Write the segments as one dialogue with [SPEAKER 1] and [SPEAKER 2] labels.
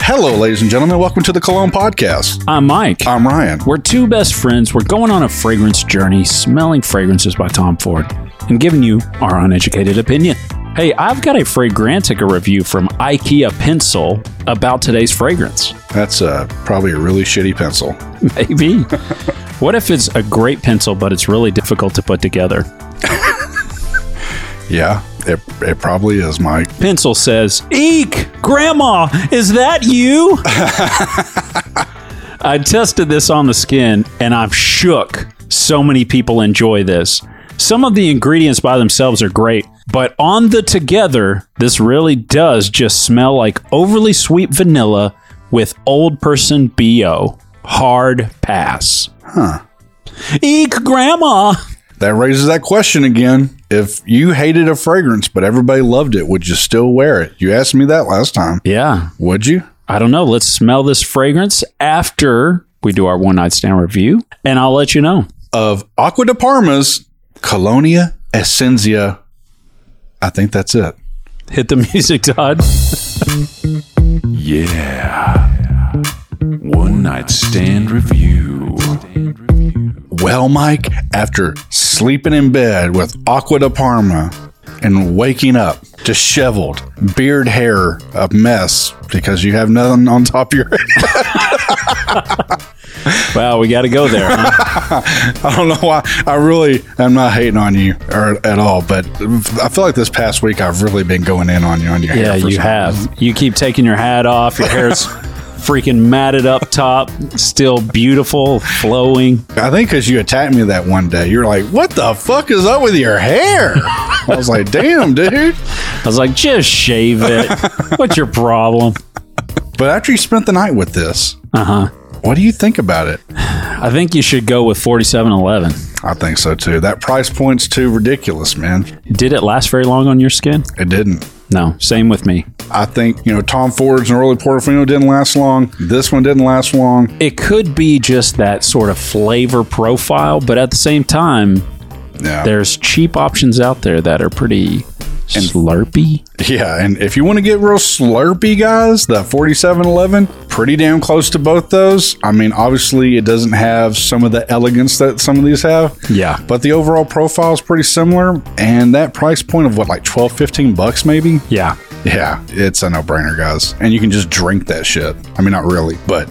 [SPEAKER 1] Hello, ladies and gentlemen. Welcome to the Cologne Podcast.
[SPEAKER 2] I'm Mike.
[SPEAKER 1] I'm Ryan.
[SPEAKER 2] We're two best friends. We're going on a fragrance journey, smelling fragrances by Tom Ford, and giving you our uneducated opinion. Hey, I've got a Fragrantica review from IKEA Pencil about today's fragrance.
[SPEAKER 1] That's uh, probably a really shitty pencil.
[SPEAKER 2] Maybe. what if it's a great pencil, but it's really difficult to put together?
[SPEAKER 1] Yeah, it, it probably is, Mike.
[SPEAKER 2] Pencil says, Eek! Grandma, is that you? I tested this on the skin and I'm shook. So many people enjoy this. Some of the ingredients by themselves are great, but on the together, this really does just smell like overly sweet vanilla with old person BO. Hard pass.
[SPEAKER 1] Huh.
[SPEAKER 2] Eek, Grandma!
[SPEAKER 1] That raises that question again. If you hated a fragrance, but everybody loved it, would you still wear it? You asked me that last time.
[SPEAKER 2] Yeah,
[SPEAKER 1] Would you?
[SPEAKER 2] I don't know. Let's smell this fragrance after we do our one night stand review, and I'll let you know.
[SPEAKER 1] Of Aqua de Parma's Colonia Essentia. I think that's it.
[SPEAKER 2] Hit the music, Todd.
[SPEAKER 3] Yeah. One night stand review.
[SPEAKER 1] Well, Mike, after sleeping in bed with Aqua de Parma and waking up disheveled, beard hair a mess because you have nothing on top of your head.
[SPEAKER 2] Wow, we got to go there. Huh?
[SPEAKER 1] I don't know why. I really am not hating on you or, at all, but I feel like this past week I've really been going in on you on your
[SPEAKER 2] yeah,
[SPEAKER 1] hair. for
[SPEAKER 2] you
[SPEAKER 1] some-
[SPEAKER 2] have. You keep taking your hat off. Your hair's freaking matted up top, still beautiful, flowing.
[SPEAKER 1] I think because you attacked me that one day, you're like, "What the fuck is up with your hair?" I was like, "Damn, dude."
[SPEAKER 2] I was like, just shave it. What's your problem?
[SPEAKER 1] But after you spent the night with this,
[SPEAKER 2] Uh huh.
[SPEAKER 1] what do you think about it?
[SPEAKER 2] I think you should go with forty-seven eleven.
[SPEAKER 1] I think so too. That price point's too ridiculous, man.
[SPEAKER 2] Did it last very long on your skin?
[SPEAKER 1] It didn't.
[SPEAKER 2] No. Same with me.
[SPEAKER 1] I think, you know, Tom Ford's and Early Portofino didn't last long. This one didn't last long.
[SPEAKER 2] It could be just that sort of flavor profile, but at the same time,
[SPEAKER 1] Yeah.
[SPEAKER 2] there's cheap options out there that are pretty slurpy.
[SPEAKER 1] Yeah. And if you want to get real slurpy, guys, the 4711, pretty damn close to both those. I mean, obviously, it doesn't have some of the elegance that some of these have.
[SPEAKER 2] Yeah.
[SPEAKER 1] But the overall profile is pretty similar. And that price point of what, like 12, 15 bucks maybe?
[SPEAKER 2] Yeah.
[SPEAKER 1] Yeah. It's a no brainer, guys. And you can just drink that shit. I mean, not really, but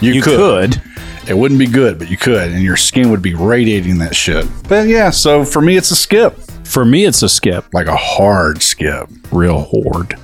[SPEAKER 1] you,
[SPEAKER 2] You
[SPEAKER 1] could.
[SPEAKER 2] could.
[SPEAKER 1] It wouldn't be good, but you could, and your skin would be radiating that shit. But yeah, so for me, it's a skip,
[SPEAKER 2] For me, it's a skip.
[SPEAKER 1] like a hard skip.
[SPEAKER 2] Real hoard.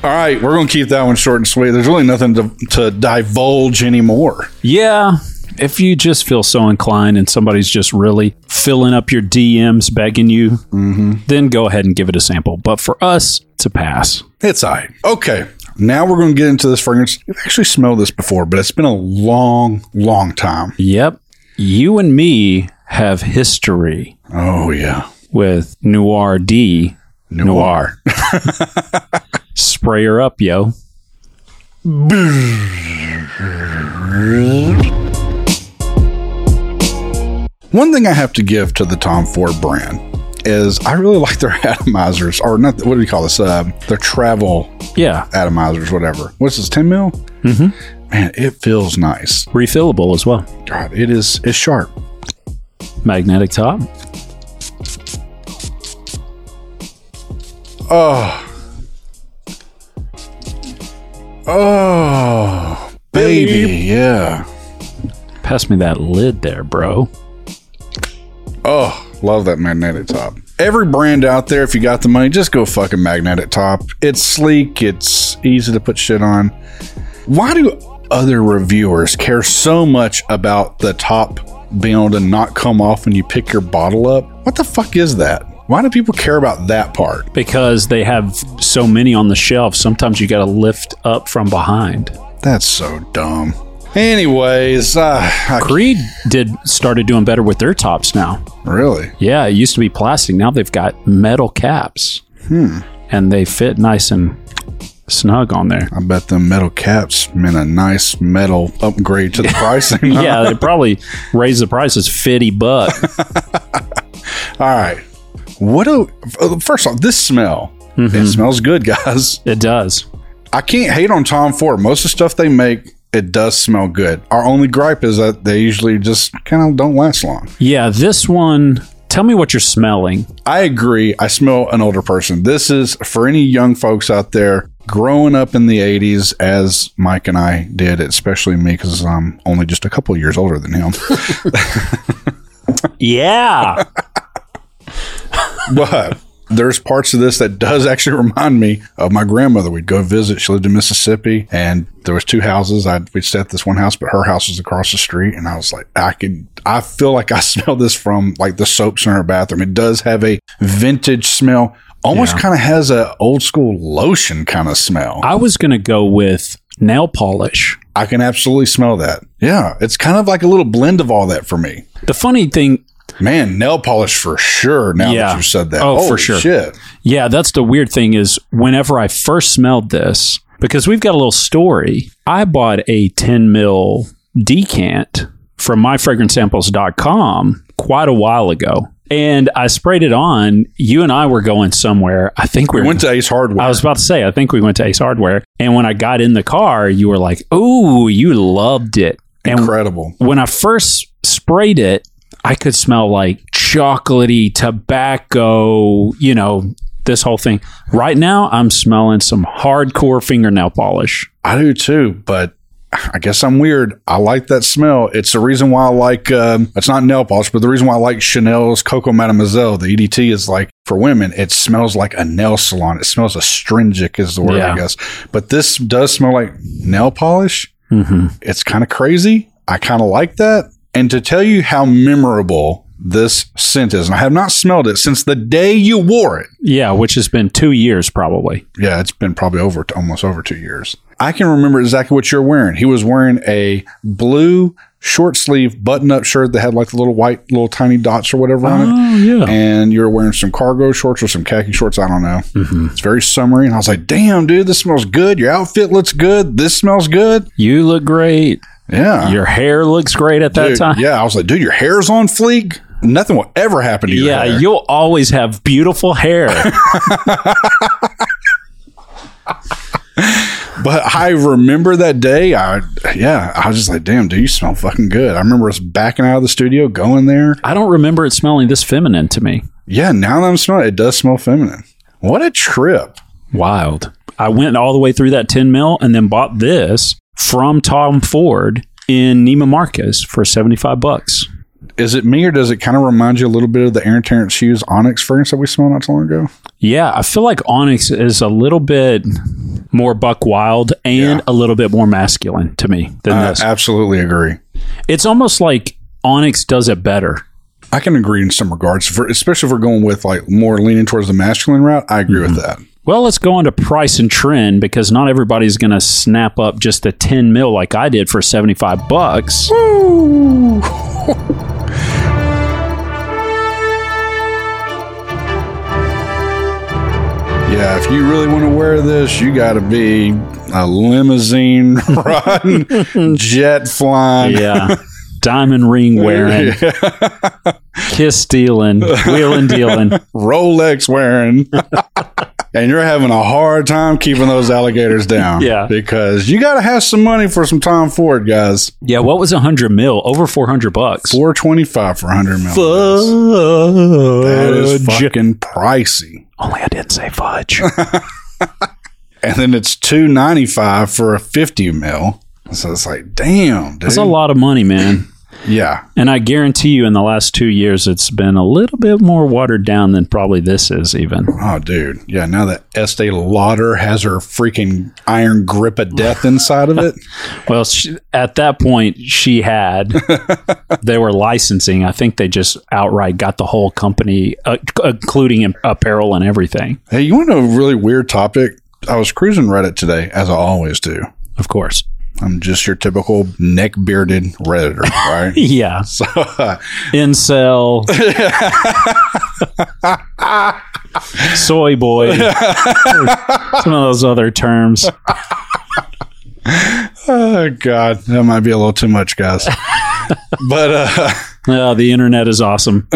[SPEAKER 1] All right, we're gonna keep that one short and sweet. There's really nothing to, to divulge anymore.
[SPEAKER 2] yeah. If you just feel so inclined and somebody's just really filling up your DMs, begging you, then go ahead and give it a sample. But for us, it's a pass.
[SPEAKER 1] It's all right. Okay, now we're gonna get into this fragrance. You've actually smelled this before, but it's been a long, long time.
[SPEAKER 2] Yep. You and me have history
[SPEAKER 1] Oh yeah,
[SPEAKER 2] with Noir D.
[SPEAKER 1] noir.
[SPEAKER 2] Spray her up, yo.
[SPEAKER 1] One thing I have to give to the Tom Ford brand is I really like their atomizers, or not. What do we call this? Uh, their travel
[SPEAKER 2] Yeah.
[SPEAKER 1] atomizers, whatever. What's this, 10 mil? Mm-hmm. Man, it feels nice.
[SPEAKER 2] Refillable as well.
[SPEAKER 1] God, it is, it's sharp.
[SPEAKER 2] Magnetic top.
[SPEAKER 1] Oh, baby. Yeah.
[SPEAKER 2] Pass me that lid there, bro.
[SPEAKER 1] Oh, love that magnetic top. Every brand out there, if you got the money, just go fucking magnetic top. It's sleek, it's easy to put shit on. Why do other reviewers care so much about the top being able to not come off when you pick your bottle up? What the fuck is that? Why do people care about that part?
[SPEAKER 2] Because they have so many on the shelf, sometimes you got to lift up from behind.
[SPEAKER 1] That's so dumb. Anyways, uh, I-
[SPEAKER 2] Creed did started doing better with their tops now.
[SPEAKER 1] really,
[SPEAKER 2] Yeah, it used to be plastic. Now they've got metal caps. And they fit nice and snug on there.
[SPEAKER 1] I bet the metal caps meant a nice metal upgrade to the pricing. huh?
[SPEAKER 2] Yeah, they probably raised the prices 50 buck.
[SPEAKER 1] All right. What a first off, this smell. It smells good, guys.
[SPEAKER 2] It does.
[SPEAKER 1] I can't hate on Tom Ford. Most of the stuff they make, it does smell good. Our only gripe is that they usually just kind of don't last long.
[SPEAKER 2] Yeah, this one. Tell me what you're smelling.
[SPEAKER 1] I agree. I smell an older person. This is for any young folks out there growing up in the 80s, as Mike and I did, especially me, because I'm only just a couple years older than him.
[SPEAKER 2] Yeah.
[SPEAKER 1] but there's parts of this that does actually remind me of my grandmother. We'd go visit. She lived in Mississippi, and there was two houses. I'd we'd stay at this one house, but her house was across the street. And I was like, I could, I feel like I smell this from like the soaps in her bathroom. It does have a vintage smell. Almost kind of has a old school lotion kind of smell.
[SPEAKER 2] I was going to go with nail polish.
[SPEAKER 1] I can absolutely smell that. Yeah, it's kind of like a little blend of all that for me.
[SPEAKER 2] The funny thing,
[SPEAKER 1] Man, nail polish for sure. Now
[SPEAKER 2] Yeah.
[SPEAKER 1] that you said that,
[SPEAKER 2] Oh, for
[SPEAKER 1] Holy
[SPEAKER 2] sure.
[SPEAKER 1] Shit.
[SPEAKER 2] yeah, that's the weird thing is whenever I first smelled this, because we've got a little story, I bought a 10 mil decant from myfragrancesamples.com quite a while ago. And I sprayed it on. You and I were going somewhere. I think we
[SPEAKER 1] We
[SPEAKER 2] were
[SPEAKER 1] went to Ace Hardware.
[SPEAKER 2] I was about to say, I think we went to Ace Hardware. And when I got in the car, you were like, "Ooh, you loved it. And
[SPEAKER 1] Incredible.
[SPEAKER 2] when I first sprayed it, I could smell like chocolatey, tobacco, you know, this whole thing. Right now, I'm smelling some hardcore fingernail polish.
[SPEAKER 1] I do too, but I guess I'm weird. I like that smell. It's the reason why I like, um, it's not nail polish, but the reason why I like Chanel's Coco Mademoiselle, the EDT is like for women, it smells like a nail salon. It smells astringent, is the word,
[SPEAKER 2] Yeah.
[SPEAKER 1] I guess. But this does smell like nail polish.
[SPEAKER 2] Mm-hmm.
[SPEAKER 1] It's kind of crazy. I kind of like that. And to tell you how memorable this scent is, and I have not smelled it since the day you wore it.
[SPEAKER 2] Yeah, which has been two years probably.
[SPEAKER 1] Yeah, it's been probably over almost over two years. I can remember exactly what you're wearing. He was wearing a blue short sleeve button up shirt that had like the little white little tiny dots or whatever on it.
[SPEAKER 2] Oh, yeah.
[SPEAKER 1] And you were wearing some cargo shorts or some khaki shorts. I don't know.
[SPEAKER 2] Mm-hmm.
[SPEAKER 1] It's very summery. And I was like, damn, dude, this smells good. Your outfit looks good. This smells good.
[SPEAKER 2] You look great.
[SPEAKER 1] Yeah.
[SPEAKER 2] Your hair looks great at that
[SPEAKER 1] Dude,
[SPEAKER 2] time.
[SPEAKER 1] Yeah. I was like, dude, your hair's on fleek. Nothing will ever happen to you.
[SPEAKER 2] Yeah, you'll always have beautiful hair.
[SPEAKER 1] But I remember that day. I yeah, I was just like, damn, dude, you smell fucking good. I remember us backing out of the studio, going there.
[SPEAKER 2] I don't remember it smelling this feminine to me.
[SPEAKER 1] Yeah, now that I'm smelling it, it does smell feminine. What a trip.
[SPEAKER 2] Wild. I went all the way through that 10 mil and then bought this from Tom Ford in Nima Marcus for 75 bucks.
[SPEAKER 1] Is it me or does it kind of remind you a little bit of the Aaron Terrence Hughes Onyx fragrance that we smelled not too long ago?
[SPEAKER 2] Yeah, I feel like Onyx is a little bit more buck wild and a little bit more masculine to me than
[SPEAKER 1] I
[SPEAKER 2] this.
[SPEAKER 1] Uh, absolutely agree.
[SPEAKER 2] It's almost like Onyx does it better.
[SPEAKER 1] I can agree in some regards, for, especially if we're going with like more leaning towards the masculine route. I agree with that.
[SPEAKER 2] Well, let's go on to price and trend because not everybody's going to snap up just a 10 mil like I did for 75 bucks.
[SPEAKER 1] Yeah, if you really want to wear this, you got to be a limousine run, jet flying.
[SPEAKER 2] Yeah. Diamond ring wearing, kiss stealing, wheeling dealing.
[SPEAKER 1] Rolex wearing, and you're having a hard time keeping those alligators down.
[SPEAKER 2] Yeah.
[SPEAKER 1] Because you got to have some money for some Tom Ford, guys.
[SPEAKER 2] Yeah, what was 100 mil? Over 400 bucks.
[SPEAKER 1] 425 for 100 million. That is fucking pricey.
[SPEAKER 2] Only I didn't say fudge.
[SPEAKER 1] And then it's 295 for a 50 mil. So it's like, damn, dude.
[SPEAKER 2] That's a lot of money, man.
[SPEAKER 1] Yeah.
[SPEAKER 2] And I guarantee you, in the last two years, it's been a little bit more watered down than probably this is, even.
[SPEAKER 1] Oh, dude. Yeah. Now that Estee Lauder has her freaking iron grip of death inside of it.
[SPEAKER 2] Well, she, at that point, she had. they were licensing. I think they just outright got the whole company, uh, including in- apparel and everything,
[SPEAKER 1] hey, you want to know a really weird topic? I was cruising Reddit today, as I always do.
[SPEAKER 2] of course.
[SPEAKER 1] I'm just your typical neck bearded redditor, right?
[SPEAKER 2] Yeah.
[SPEAKER 1] so,
[SPEAKER 2] Incel. Soy boy. Some of those other terms.
[SPEAKER 1] oh god, that might be a little too much, guys. but uh,
[SPEAKER 2] Uh, the internet is awesome.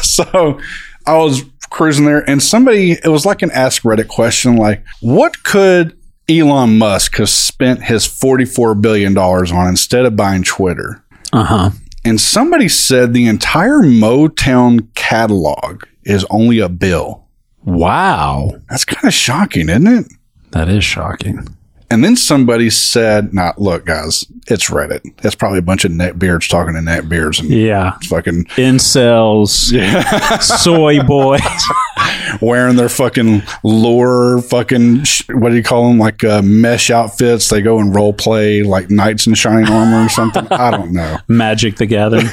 [SPEAKER 1] so I was cruising there, and somebody, it was like an Ask Reddit question, like, what could Elon Musk have spent his $44 billion on instead of buying Twitter?
[SPEAKER 2] Uh huh.
[SPEAKER 1] And somebody said the entire Motown catalog is only a bill.
[SPEAKER 2] Wow.
[SPEAKER 1] That's kind of shocking, isn't it?
[SPEAKER 2] That is shocking.
[SPEAKER 1] And then somebody said, "Not look, guys, it's Reddit. That's probably a bunch of neckbeards talking to neckbeards and
[SPEAKER 2] Yeah.
[SPEAKER 1] fucking
[SPEAKER 2] Incels, soy boys.
[SPEAKER 1] wearing their fucking lure, fucking sh- what do you call them? Like uh, mesh outfits. They go and role play like knights in shining armor or something. I don't know.
[SPEAKER 2] Magic the Gathering.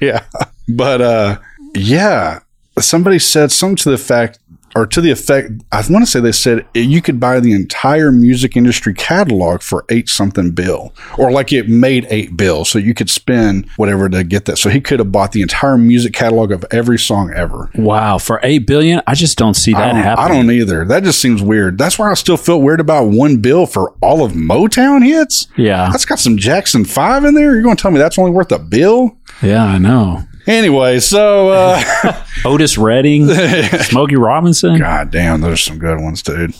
[SPEAKER 1] yeah. But uh yeah, somebody said something to the fact or to the effect I want to say they said you could buy the entire music industry catalog for 8 something bill or like it made 8 bills so you could spend whatever to get that. So he could have bought the entire music catalog of every song ever.
[SPEAKER 2] Wow. For 8 billion, I just don't see
[SPEAKER 1] I
[SPEAKER 2] that
[SPEAKER 1] don't, I
[SPEAKER 2] happening.
[SPEAKER 1] don't either. That just seems weird. That's why I still feel weird about one bill for all of Motown hits.
[SPEAKER 2] Yeah.
[SPEAKER 1] That's got some Jackson 5 in there. You're going to tell me that's only worth a bill?
[SPEAKER 2] Yeah, I know.
[SPEAKER 1] Anyway, so uh
[SPEAKER 2] Otis Redding, Smokey Robinson.
[SPEAKER 1] God damn, those are some good ones, dude.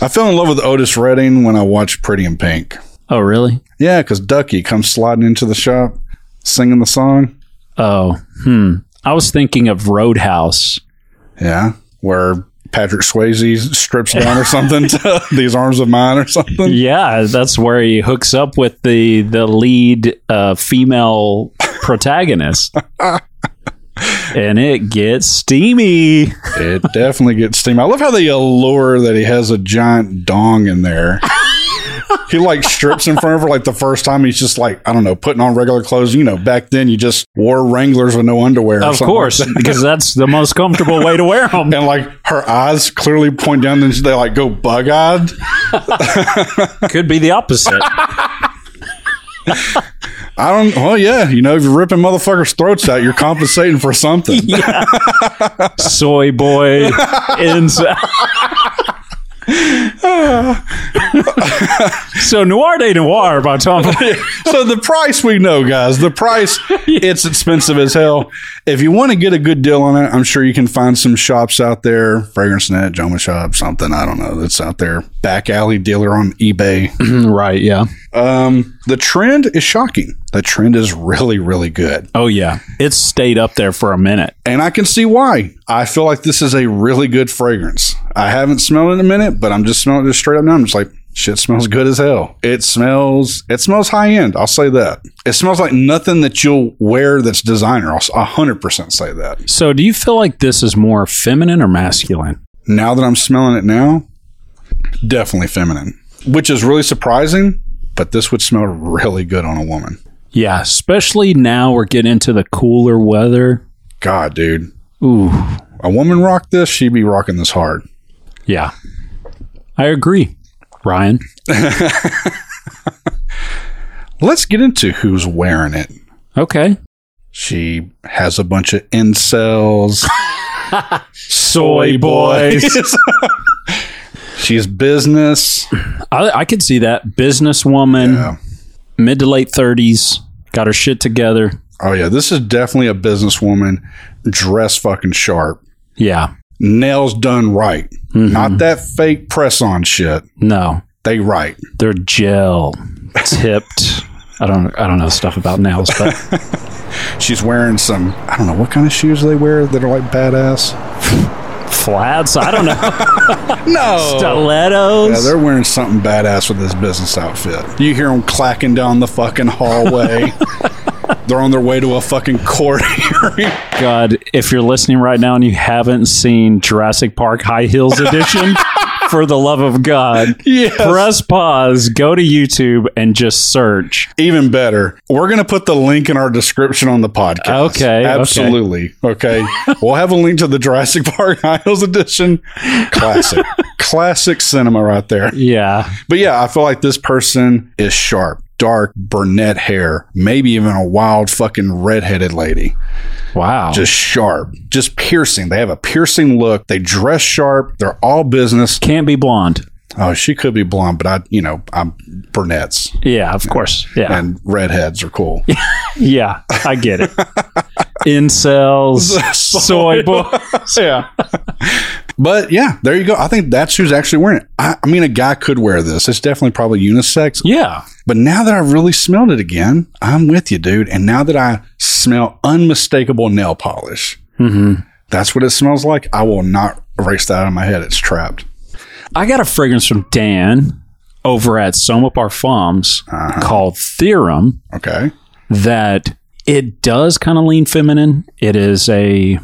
[SPEAKER 1] I fell in love with Otis Redding when I watched Pretty in Pink.
[SPEAKER 2] Oh, really?
[SPEAKER 1] Yeah, because Ducky comes sliding into the shop singing the song.
[SPEAKER 2] Oh, hmm. I was thinking of Roadhouse.
[SPEAKER 1] Yeah, where Patrick Swayze strips down or something to these arms of mine or something.
[SPEAKER 2] Yeah, that's where he hooks up with the the lead uh, female protagonist, and it gets steamy.
[SPEAKER 1] It definitely gets steam. I love how they allure that he has a giant dong in there. He like strips in front of her like the first time. He's just like I don't know, putting on regular clothes. You know, back then you just wore Wranglers with no underwear. or
[SPEAKER 2] Of
[SPEAKER 1] something like
[SPEAKER 2] course,
[SPEAKER 1] that.
[SPEAKER 2] because that's the most comfortable way to wear them.
[SPEAKER 1] and like her eyes clearly point down and they like go bug eyed.
[SPEAKER 2] Could be the opposite.
[SPEAKER 1] I don't, well, yeah, you know, if you're ripping motherfuckers' throats out, you're compensating for something.
[SPEAKER 2] Soy boy, inside. so Noir de Noir by Tom.
[SPEAKER 1] so the price we know, guys, the price, it's expensive as hell. If you want to get a good deal on it, I'm sure you can find some shops out there, Fragrance Net, Joma Shop, something, I don't know, that's out there. Back alley dealer on eBay.
[SPEAKER 2] right? Yeah.
[SPEAKER 1] Um, the trend is shocking. The trend is really, really good.
[SPEAKER 2] Oh yeah, it's stayed up there for a minute.
[SPEAKER 1] And I can see why. I feel like this is a really good fragrance. I haven't smelled it in a minute, but I'm just smelling it just straight up now. I'm just like, shit smells good as hell. It smells, it smells high end. I'll say that. It smells like nothing that you'll wear that's designer. I'll s- 100% say that.
[SPEAKER 2] So, do you feel like this is more feminine or masculine?
[SPEAKER 1] Now that I'm smelling it now, definitely feminine, which is really surprising, but this would smell really good on a woman.
[SPEAKER 2] Yeah, especially now we're getting into the cooler weather.
[SPEAKER 1] God, dude.
[SPEAKER 2] Ooh,
[SPEAKER 1] A woman rocked this, she'd be rocking this hard.
[SPEAKER 2] yeah. I agree, Ryan.
[SPEAKER 1] Let's get into who's wearing it.
[SPEAKER 2] Okay.
[SPEAKER 1] She has a bunch of incels,
[SPEAKER 2] Soy
[SPEAKER 1] She's business.
[SPEAKER 2] I, I could see that. Businesswoman,
[SPEAKER 1] Yeah.
[SPEAKER 2] mid to late 30s, got her shit together.
[SPEAKER 1] Oh yeah, this is definitely a businesswoman, dress fucking sharp,
[SPEAKER 2] Yeah.
[SPEAKER 1] nails done right. Not that fake press on shit.
[SPEAKER 2] No,
[SPEAKER 1] They right.
[SPEAKER 2] they're gel tipped. I don't I don't know stuff about nails, but
[SPEAKER 1] She's wearing some I don't know what kind of shoes they wear that are like badass.
[SPEAKER 2] flats, I don't know.
[SPEAKER 1] No. Oh. Yeah,
[SPEAKER 2] Stilettos.
[SPEAKER 1] they're wearing something badass with this business outfit. You hear them clacking down the fucking hallway. they're on their way to a fucking court hearing.
[SPEAKER 2] God, if you're listening right now and you haven't seen Jurassic Park High Heels Edition, for the love of God,
[SPEAKER 1] Yes.
[SPEAKER 2] press pause, go to YouTube, and just search.
[SPEAKER 1] Even better, we're going to put the link in our description on the podcast.
[SPEAKER 2] Okay, okay.
[SPEAKER 1] Absolutely. Okay. we'll have a link to the Jurassic Park Isles edition. Classic. Classic cinema right there.
[SPEAKER 2] Yeah.
[SPEAKER 1] But yeah, I feel like this person is sharp, dark, brunette hair, maybe even a wild fucking redheaded lady.
[SPEAKER 2] Wow.
[SPEAKER 1] Just sharp, just piercing. They have a piercing look. They dress sharp. They're all business.
[SPEAKER 2] can't be blonde.
[SPEAKER 1] Oh, she could be blonde, but I, you know, I'm brunettes
[SPEAKER 2] Yeah, of course. Yeah.
[SPEAKER 1] and redheads are cool.
[SPEAKER 2] yeah, I get it. Incels, soy boy.
[SPEAKER 1] yeah. but yeah, there you go. I think that's who's actually wearing it. I, I mean, a guy could wear this. It's definitely probably unisex.
[SPEAKER 2] Yeah.
[SPEAKER 1] But now that I've really smelled it again, I'm with you, dude. And now that I smell unmistakable nail polish, that's what it smells like. I will not erase that out of my head. It's trapped.
[SPEAKER 2] I got a fragrance from Dan over at Soma Parfums
[SPEAKER 1] Uh-huh.
[SPEAKER 2] called Theorem
[SPEAKER 1] Okay.
[SPEAKER 2] that it does kind of lean feminine. It is a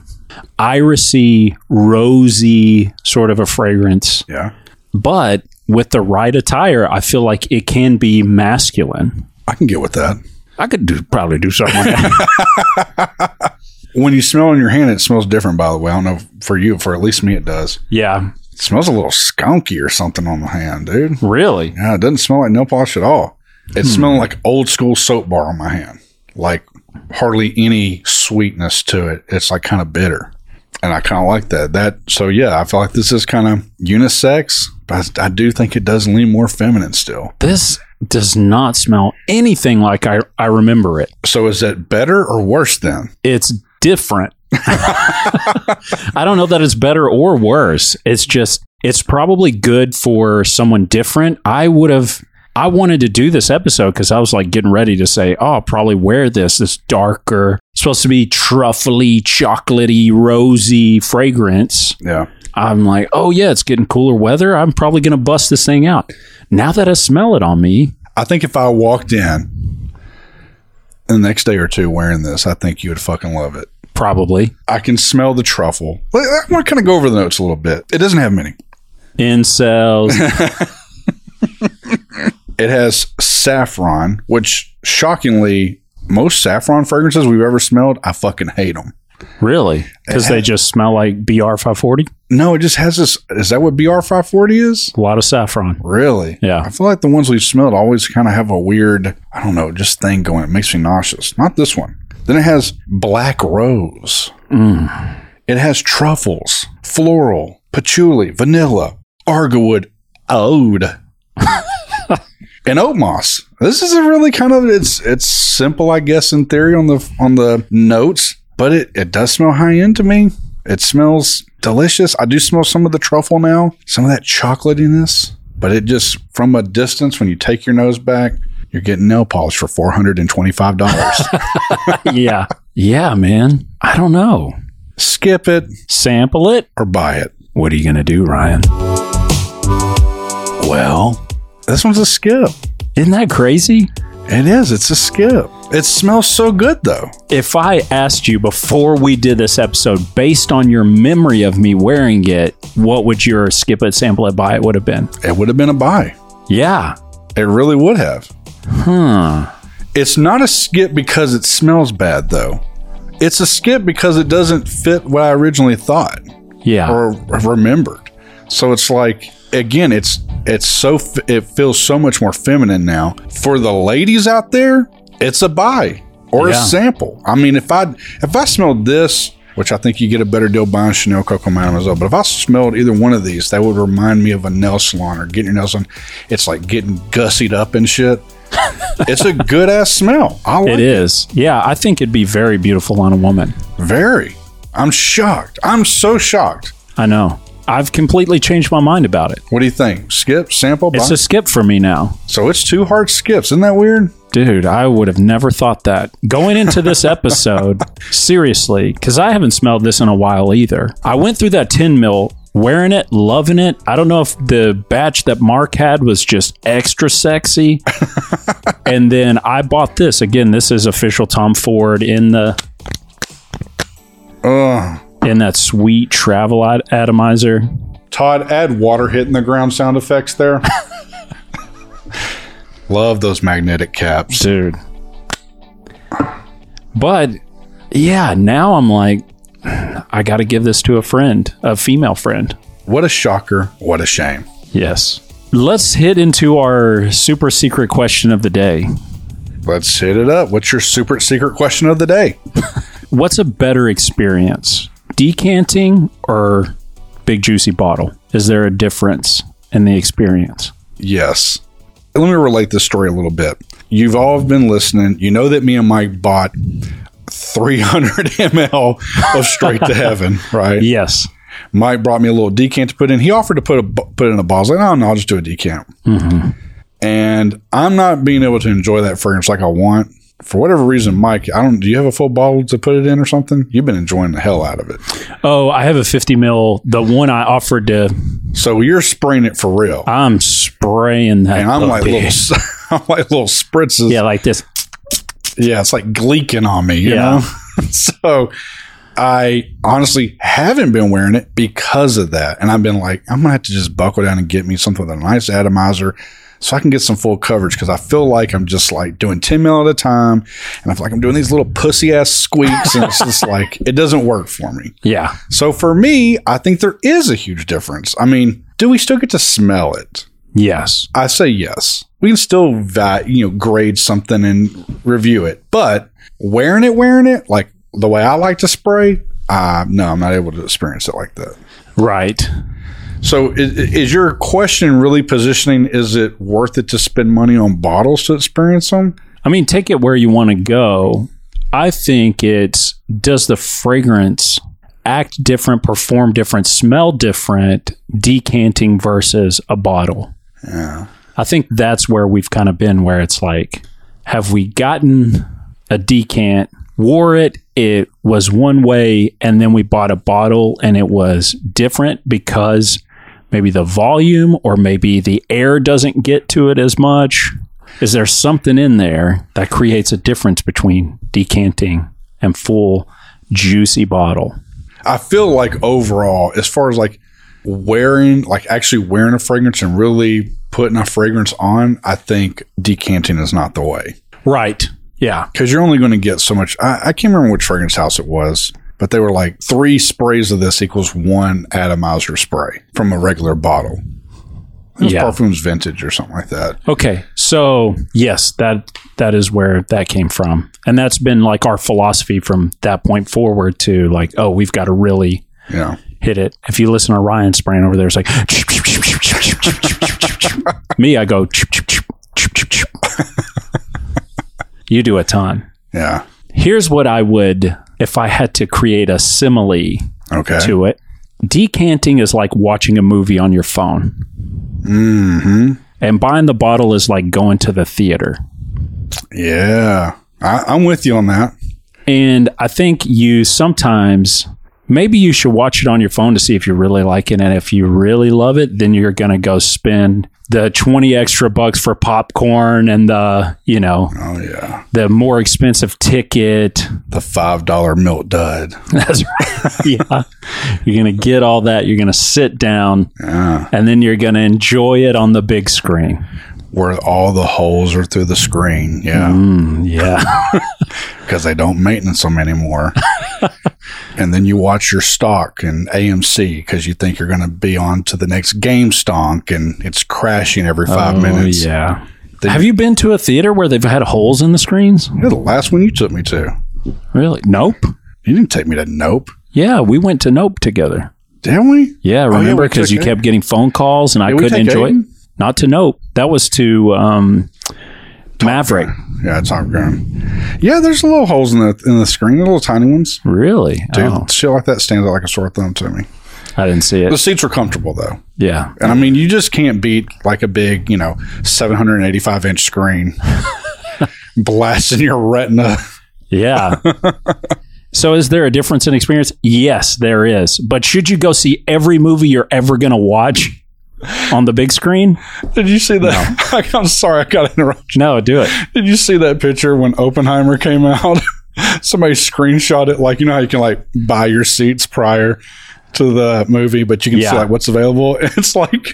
[SPEAKER 2] irisy, rosy sort of a fragrance,
[SPEAKER 1] Yeah.
[SPEAKER 2] but with the right attire, I feel like it can be masculine.
[SPEAKER 1] I can get with that.
[SPEAKER 2] I could do probably do something like that.
[SPEAKER 1] When you smell it in your hand, it smells different, by the way. I don't know if- for you, for at least me, it does.
[SPEAKER 2] yeah,
[SPEAKER 1] It smells a little skunky or something on the hand, dude.
[SPEAKER 2] really.
[SPEAKER 1] Yeah, it doesn't smell like nail polish at all. It's smelling like old school soap bar on my hand. Like hardly any sweetness to it. It's like kind of bitter. And I kind of like that. That so yeah, I feel like this is kind of unisex, but I, I do think it does lean more feminine still.
[SPEAKER 2] This does not smell anything like I, I remember it.
[SPEAKER 1] So is that better or worse then?
[SPEAKER 2] It's different. I don't know that it's better or worse. It's just it's probably good for someone different. I would have I wanted to do this episode because I was like getting ready to say, oh, I'll probably wear this. This darker, supposed to be truffly, chocolatey, rosy fragrance.
[SPEAKER 1] Yeah.
[SPEAKER 2] I'm like, oh yeah, it's getting cooler weather. I'm probably gonna bust this thing out. Now that I smell it on me,
[SPEAKER 1] I think if I walked in the next day or two wearing this, I think you would fucking love it.
[SPEAKER 2] probably
[SPEAKER 1] I can smell the truffle. Well, I want to kind of go over the notes a little bit. It doesn't have many.
[SPEAKER 2] incels.
[SPEAKER 1] It has saffron, which shockingly, most saffron fragrances we've ever smelled, I fucking hate them.
[SPEAKER 2] Really? Because they just smell like BR five forty.
[SPEAKER 1] No, it just has this. Is that what BR five forty is?
[SPEAKER 2] A lot of saffron.
[SPEAKER 1] Really?
[SPEAKER 2] Yeah.
[SPEAKER 1] I feel like the ones we've smelled always kind of have a weird, I don't know, just thing going. It makes me nauseous. Not this one. Then it has black rose. It has truffles, floral, patchouli, vanilla, argowood, ode, and oat moss. This is a really kind of it's it's simple, I guess, in theory on the on the notes, but it it does smell high end to me. It smells delicious. I do smell some of the truffle now, some of that chocolatiness, but it just from a distance when you take your nose back, you're getting nail polish for four hundred and twenty five dollars.
[SPEAKER 2] yeah. Yeah, man. I don't know.
[SPEAKER 1] Skip it
[SPEAKER 2] Sample it.
[SPEAKER 1] or buy it.
[SPEAKER 2] What are you gonna do, Ryan?
[SPEAKER 1] Well, this one's a skip.
[SPEAKER 2] Isn't that crazy?
[SPEAKER 1] It is. It's a skip. It smells so good though.
[SPEAKER 2] If I asked you before we did this episode, based on your memory of me wearing it, what would your skip it, sample it, buy it would have been?
[SPEAKER 1] It would have been a buy.
[SPEAKER 2] Yeah.
[SPEAKER 1] It really would have.
[SPEAKER 2] Hmm.
[SPEAKER 1] It's not a skip because it smells bad, though. It's a skip because it doesn't fit what I originally thought
[SPEAKER 2] Yeah.
[SPEAKER 1] or remembered. So it's like again, it's it's so f- it feels so much more feminine now for the ladies out there. It's a buy or
[SPEAKER 2] Yeah.
[SPEAKER 1] a sample. I mean, if I if I smelled this, which I think you get a better deal buying Chanel Coco Madame as well, but if I smelled either one of these, that would remind me of a nail salon or getting your nails done. It's like getting gussied up and shit. it's a good ass smell. I like
[SPEAKER 2] it is. Yeah, I think it'd be very beautiful on a woman.
[SPEAKER 1] very. I'm shocked. I'm so shocked.
[SPEAKER 2] I know. I've completely changed my mind about it.
[SPEAKER 1] What do you think? Skip, sample, buy?
[SPEAKER 2] It's a skip for me now.
[SPEAKER 1] So it's two hard skips. Isn't that weird?
[SPEAKER 2] Dude, I would have never thought that. Going into this episode, seriously, because I haven't smelled this in a while either. I went through that 10 mil, wearing it, loving it. I don't know if the batch that Mark had was just extra sexy. and then I bought this. Again, this is official Tom Ford in the
[SPEAKER 1] Ugh.
[SPEAKER 2] in that sweet travel ad- atomizer.
[SPEAKER 1] Todd, add water hitting the ground sound effects there. Love those magnetic caps.
[SPEAKER 2] Dude. But yeah, now I'm like, I got to give this to a friend, a female friend.
[SPEAKER 1] What a shocker. What a shame.
[SPEAKER 2] Yes. Let's hit into our super secret question of the day.
[SPEAKER 1] Let's hit it up. What's your super secret question of the day?
[SPEAKER 2] What's a better experience, decanting or big juicy bottle? Is there a difference? and the experience.
[SPEAKER 1] Yes. Let me relate this story a little bit. You've all been listening. You know that me and Mike bought 300 ml of Straight to Heaven, right?
[SPEAKER 2] Yes.
[SPEAKER 1] Mike brought me a little decant to put in. He offered to put a bu- put in a bottle. I was like, oh no, I'll just do a decant. And I'm not being able to enjoy that fragrance like I want for whatever reason. Mike, I don't. Do you have a full bottle to put it in or something? You've been enjoying the hell out of it.
[SPEAKER 2] Oh, I have a 50 mil. The one I offered to,
[SPEAKER 1] So you're spraying it for real.
[SPEAKER 2] I'm spraying that.
[SPEAKER 1] and I'm like
[SPEAKER 2] puppy.
[SPEAKER 1] little, I'm like little spritzes.
[SPEAKER 2] Oh, yeah, like this.
[SPEAKER 1] yeah, it's like gleeking on me, you
[SPEAKER 2] Yeah.
[SPEAKER 1] know? so I honestly haven't been wearing it because of that. And I've been like, I'm going to have to just buckle down and get me something with a nice atomizer so I can get some full coverage because I feel like I'm just like doing 10 mil at a time. And I feel like I'm doing these little pussy ass squeaks. and it's just like, it doesn't work for me.
[SPEAKER 2] Yeah.
[SPEAKER 1] So for me, I think there is a huge difference. I mean, do we still get to smell it?
[SPEAKER 2] Yes.
[SPEAKER 1] I say yes. We can still va- you know grade something and review it, but wearing it, wearing it like the way I like to spray, uh, no, I'm not able to experience it like that.
[SPEAKER 2] Right.
[SPEAKER 1] So is, is your question really positioning? Is it worth it to spend money on bottles to experience them?
[SPEAKER 2] I mean, take it where you want to go. I think it's does the fragrance act different, perform different, smell different, decanting versus a bottle.
[SPEAKER 1] Yeah.
[SPEAKER 2] I think that's where we've kind of been, where it's like, have we gotten a decant, wore it, it was one way, and then we bought a bottle and it was different because maybe the volume or maybe the air doesn't get to it as much? Is there something in there that creates a difference between decanting and full juicy bottle?
[SPEAKER 1] I feel like overall, as far as like wearing, like actually wearing a fragrance and really putting a fragrance on, I think decanting is not the way.
[SPEAKER 2] Right. Yeah.
[SPEAKER 1] because you're only going to get so much. I, I can't remember which fragrance house it was, but they were like three sprays of this equals one atomizer spray from a regular bottle. It was
[SPEAKER 2] Yeah.
[SPEAKER 1] Parfums Vintage or something like that.
[SPEAKER 2] Okay, so yes, that that is where that came from, and that's been like our philosophy from that point forward. To like, oh, we've got to really
[SPEAKER 1] Yeah.
[SPEAKER 2] hit it. If you listen to Ryan spraying over there, it's like me. I go. you do a ton.
[SPEAKER 1] Yeah.
[SPEAKER 2] Here's what I would if I had to create a simile
[SPEAKER 1] Okay.
[SPEAKER 2] to it. Decanting is like watching a movie on your phone,
[SPEAKER 1] Mm-hmm.
[SPEAKER 2] and buying the bottle is like going to the theater.
[SPEAKER 1] Yeah. I, I'm with you on that.
[SPEAKER 2] And I think you sometimes maybe you should watch it on your phone to see if you really like it. And if you really love it, then you're gonna go spend the twenty extra bucks for popcorn and the you know
[SPEAKER 1] Oh, yeah.
[SPEAKER 2] the more expensive ticket.
[SPEAKER 1] The $5 milk dud.
[SPEAKER 2] That's right. yeah, you're gonna get all that. You're gonna sit down,
[SPEAKER 1] Yeah.
[SPEAKER 2] and then you're gonna enjoy it on the big screen.
[SPEAKER 1] Where all the holes are through the screen. Yeah.
[SPEAKER 2] Mm, yeah,
[SPEAKER 1] Because they don't maintenance them anymore. and then you watch your stock and AMC because you think you're going to be on to the next game stonk and it's crashing every five
[SPEAKER 2] Oh,
[SPEAKER 1] minutes.
[SPEAKER 2] yeah.
[SPEAKER 1] They-
[SPEAKER 2] Have you been to a theater where they've had holes in the screens?
[SPEAKER 1] You're the last one you took me to.
[SPEAKER 2] Really? Nope.
[SPEAKER 1] You didn't take me to Nope,
[SPEAKER 2] Yeah, we went to Nope together.
[SPEAKER 1] did we?
[SPEAKER 2] Oh, Yeah,
[SPEAKER 1] yeah,
[SPEAKER 2] remember
[SPEAKER 1] we
[SPEAKER 2] because
[SPEAKER 1] took
[SPEAKER 2] you
[SPEAKER 1] it.
[SPEAKER 2] kept getting phone calls and I
[SPEAKER 1] Did we take
[SPEAKER 2] couldn't enjoy
[SPEAKER 1] Aiden?
[SPEAKER 2] it. Not to nope. That was to um, Maverick.
[SPEAKER 1] Yeah, Top Gun. Yeah, there's little holes in the in the screen, little tiny ones.
[SPEAKER 2] Really?
[SPEAKER 1] Dude,
[SPEAKER 2] Oh,
[SPEAKER 1] shit like that stands out like a sore thumb to me.
[SPEAKER 2] I didn't see
[SPEAKER 1] The
[SPEAKER 2] it.
[SPEAKER 1] seats were comfortable though,
[SPEAKER 2] Yeah.
[SPEAKER 1] and I mean, you just can't beat like a big, you know, 785 inch screen blasting your retina.
[SPEAKER 2] Yeah. so is there a difference in experience? Yes, there is. But should you go see every movie you're ever going to watch on the big screen?
[SPEAKER 1] Did you see that? I'm sorry, I got to interrupt.
[SPEAKER 2] No, do it.
[SPEAKER 1] Did you see that picture when Oppenheimer came out? Somebody screenshot it. Like, you know how you can like buy your seats prior to the movie, but you can
[SPEAKER 2] Yeah.
[SPEAKER 1] see like what's available. It's like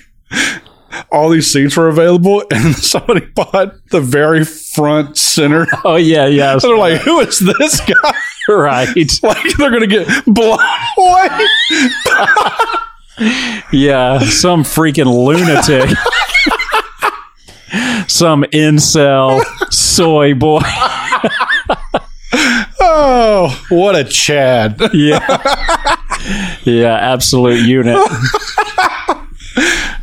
[SPEAKER 1] all these seats were available, and somebody bought the very front center.
[SPEAKER 2] Oh, yeah, yeah.
[SPEAKER 1] So they're like, who is this guy?
[SPEAKER 2] right.
[SPEAKER 1] Like, they're going to get blown away.
[SPEAKER 2] Yeah, some freaking lunatic. some incel soy boy.
[SPEAKER 1] Oh, what a Chad.
[SPEAKER 2] Yeah. yeah, absolute unit.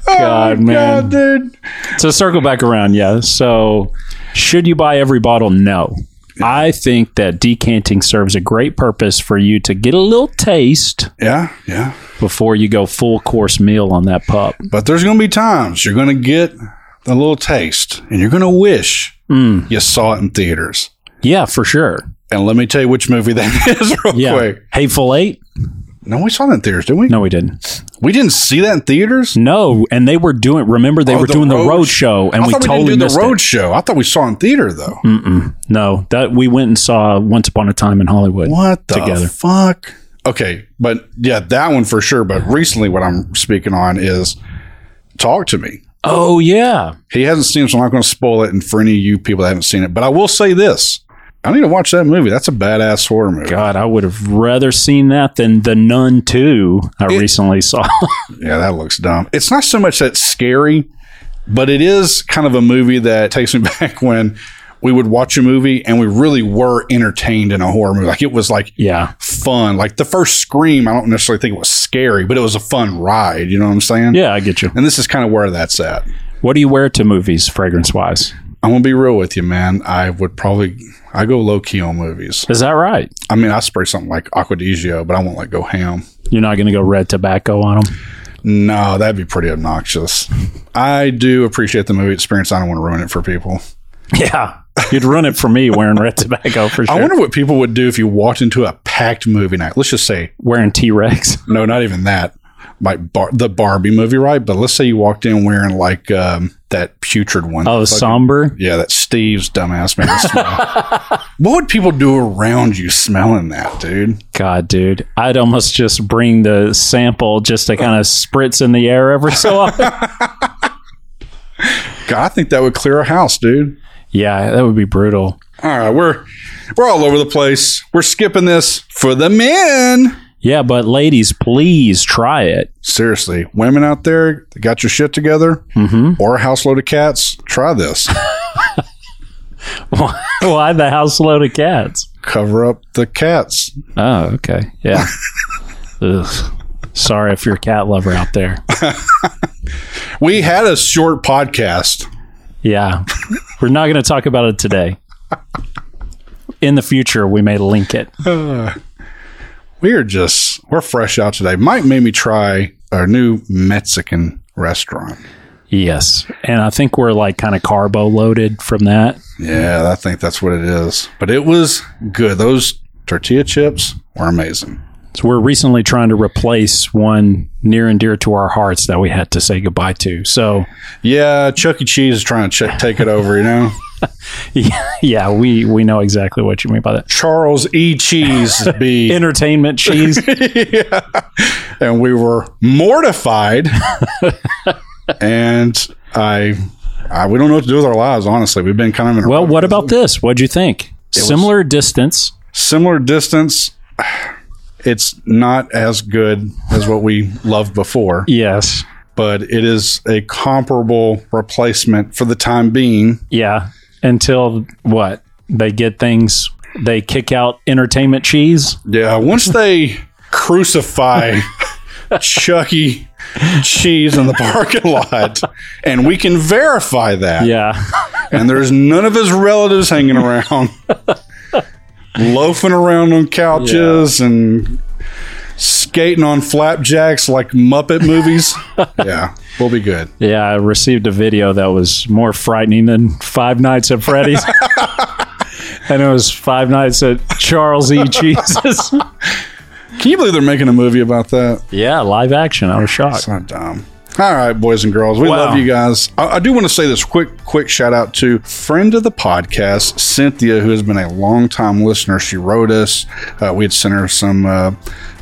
[SPEAKER 1] Oh,
[SPEAKER 2] God, man.
[SPEAKER 1] God, dude.
[SPEAKER 2] to circle back around, yeah. So, should you buy every bottle? No. I think that decanting serves a great purpose for you to get a little taste
[SPEAKER 1] Yeah, yeah.
[SPEAKER 2] before you go full course meal on that pup.
[SPEAKER 1] But there's going to be times you're going to get a little taste and you're going to wish
[SPEAKER 2] Mm.
[SPEAKER 1] you saw it in theaters.
[SPEAKER 2] Yeah, for sure.
[SPEAKER 1] And let me tell you which movie that is real
[SPEAKER 2] Yeah.
[SPEAKER 1] quick.
[SPEAKER 2] Hateful Eight?
[SPEAKER 1] No, we saw that in theaters, didn't we?
[SPEAKER 2] No, we didn't.
[SPEAKER 1] We didn't see that in theaters.
[SPEAKER 2] No, and they were doing. Remember, they
[SPEAKER 1] Oh,
[SPEAKER 2] were
[SPEAKER 1] the
[SPEAKER 2] doing the
[SPEAKER 1] road
[SPEAKER 2] road
[SPEAKER 1] sh-
[SPEAKER 2] show, and
[SPEAKER 1] I
[SPEAKER 2] we
[SPEAKER 1] thought
[SPEAKER 2] totally
[SPEAKER 1] we didn't do
[SPEAKER 2] missed
[SPEAKER 1] the road
[SPEAKER 2] it. Mm.
[SPEAKER 1] show. I thought we saw it in theater though.
[SPEAKER 2] No, that we went and saw Once Upon a Time in Hollywood.
[SPEAKER 1] What the
[SPEAKER 2] Together.
[SPEAKER 1] fuck? Okay, but yeah, that one for sure. But recently, what I'm speaking on is talk to me.
[SPEAKER 2] Oh yeah,
[SPEAKER 1] He hasn't seen it, so I'm not going to spoil it. And for any of you people that haven't seen it, but I will say this: I need to watch that movie. That's a badass horror movie.
[SPEAKER 2] God, I would have rather seen that than the Nun Two I recently saw.
[SPEAKER 1] Yeah, that looks dumb. It's not so much that scary, but it is kind of a movie that takes me back when we would watch a movie and we really were entertained in a horror movie. Like it was like
[SPEAKER 2] yeah,
[SPEAKER 1] fun. Like the first scream, I don't necessarily think it was scary, but it was a fun ride. You know what I'm saying?
[SPEAKER 2] yeah, I get you.
[SPEAKER 1] And this is kind of where that's at.
[SPEAKER 2] What do you wear to movies, fragrance wise?
[SPEAKER 1] I'm gonna be real with you, man. I would probably I go low key on movies.
[SPEAKER 2] Is that right?
[SPEAKER 1] I mean, I spray something like Aqua di Gio, but I won't like go ham.
[SPEAKER 2] You're not going to go red tobacco on them.
[SPEAKER 1] No, that'd be pretty obnoxious. I do appreciate the movie experience. I don't want to ruin it for people.
[SPEAKER 2] Yeah, you'd run it for me wearing red tobacco for sure.
[SPEAKER 1] I wonder what people would do if you walked into a packed movie night. Let's just say,
[SPEAKER 2] wearing T Rex.
[SPEAKER 1] no, not even that. Like bar- the Barbie movie, right? But let's say you walked in wearing like um, that putrid one.
[SPEAKER 2] Oh,
[SPEAKER 1] Fucking-
[SPEAKER 2] somber.
[SPEAKER 1] Yeah, that Steve's dumbass made us smell. what would people do around you smelling that, dude?
[SPEAKER 2] God, dude, I'd almost just bring the sample just to kind of spritz in the air every so often.
[SPEAKER 1] God, I think that would clear a house, dude.
[SPEAKER 2] yeah, that would be brutal.
[SPEAKER 1] All right, we're we're all over the place. We're skipping this for the men.
[SPEAKER 2] Yeah, but ladies, please try it.
[SPEAKER 1] Seriously, women out there that got your shit together
[SPEAKER 2] Mm-hmm.
[SPEAKER 1] or a house load of cats, try this.
[SPEAKER 2] Why the house load of cats?
[SPEAKER 1] Cover up the cats.
[SPEAKER 2] Oh, okay. Yeah. Ugh. Sorry if you're a cat lover out there.
[SPEAKER 1] We had a short podcast.
[SPEAKER 2] Yeah. We're not going to talk about it today. In the future, we may link it.
[SPEAKER 1] We are just we're fresh out today. Mike made me try our new Mexican restaurant.
[SPEAKER 2] Yes. And I think we're like kind of carbo loaded from that.
[SPEAKER 1] Yeah, I think that's what it is. But it was good. Those tortilla chips were amazing.
[SPEAKER 2] So we're recently trying to replace one near and dear to our hearts that we had to say goodbye to. So,
[SPEAKER 1] Yeah, Chuck E. Cheese is trying to check, take it over, you know?
[SPEAKER 2] yeah, yeah, we we know exactly what you mean by that.
[SPEAKER 1] Charles E. Cheese be.
[SPEAKER 2] Entertainment cheese.
[SPEAKER 1] and we were mortified. and I, I, we don't know what to do with our lives, honestly. We've been kind of in a
[SPEAKER 2] Well, what about this? What'd you think? Similar distance.
[SPEAKER 1] similar distance. It's not as good as what we loved before,
[SPEAKER 2] Yes.
[SPEAKER 1] but it is a comparable replacement for the time being.
[SPEAKER 2] Yeah. Until what? They get things, they kick out entertainment cheese.
[SPEAKER 1] Yeah, once they crucify Chucky Cheese in the parking lot, and we can verify that,
[SPEAKER 2] Yeah.
[SPEAKER 1] and there's none of his relatives hanging around, loafing around on couches and skating on flapjacks like Muppet movies. yeah, we'll be good.
[SPEAKER 2] Yeah, I received a video that was more frightening than Five Nights at Freddy's. and it was Five Nights at Charles E. Cheese's.
[SPEAKER 1] Can you believe they're making a movie about that?
[SPEAKER 2] yeah, live action. I was shocked.
[SPEAKER 1] It's not dumb. All right, boys and girls, we
[SPEAKER 2] Wow.
[SPEAKER 1] love you guys. I, I do want to say this quick, quick shout out to friend of the podcast, Cynthia, who has been a longtime listener. She wrote us. Uh, we had sent her some, uh,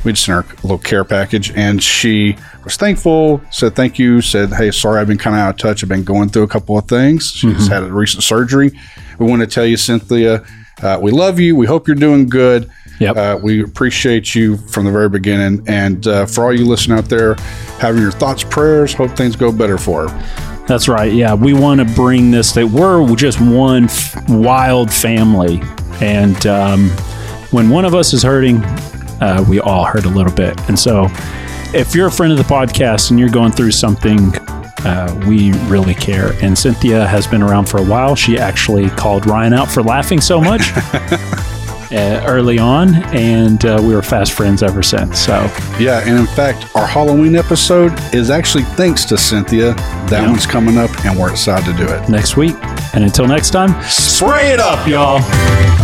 [SPEAKER 1] we'd sent her a little care package, and she was thankful. Said thank you. Said, hey, sorry, I've been kind of out of touch. I've been going through a couple of things. She's had a recent surgery. We want to tell you, Cynthia, uh, we love you. We hope you're doing good.
[SPEAKER 2] Yep.
[SPEAKER 1] Uh, we appreciate you from the very beginning. And uh, for all you listening out there, having your thoughts, prayers, hope things go better for her.
[SPEAKER 2] That's right. Yeah, we want to bring this that we're just one f- wild family. And um, when one of us is hurting, uh, we all hurt a little bit. And so if you're a friend of the podcast and you're going through something Uh, we really care. And Cynthia has been around for a while. She actually called Ryan out for laughing so much uh, early on, and uh, we were fast friends ever since. So
[SPEAKER 1] Yeah, and in fact, our Halloween episode is actually thanks to Cynthia. That one's coming up, and we're excited to do it.
[SPEAKER 2] next week. And until next time,
[SPEAKER 1] Spray it up,
[SPEAKER 2] y'all.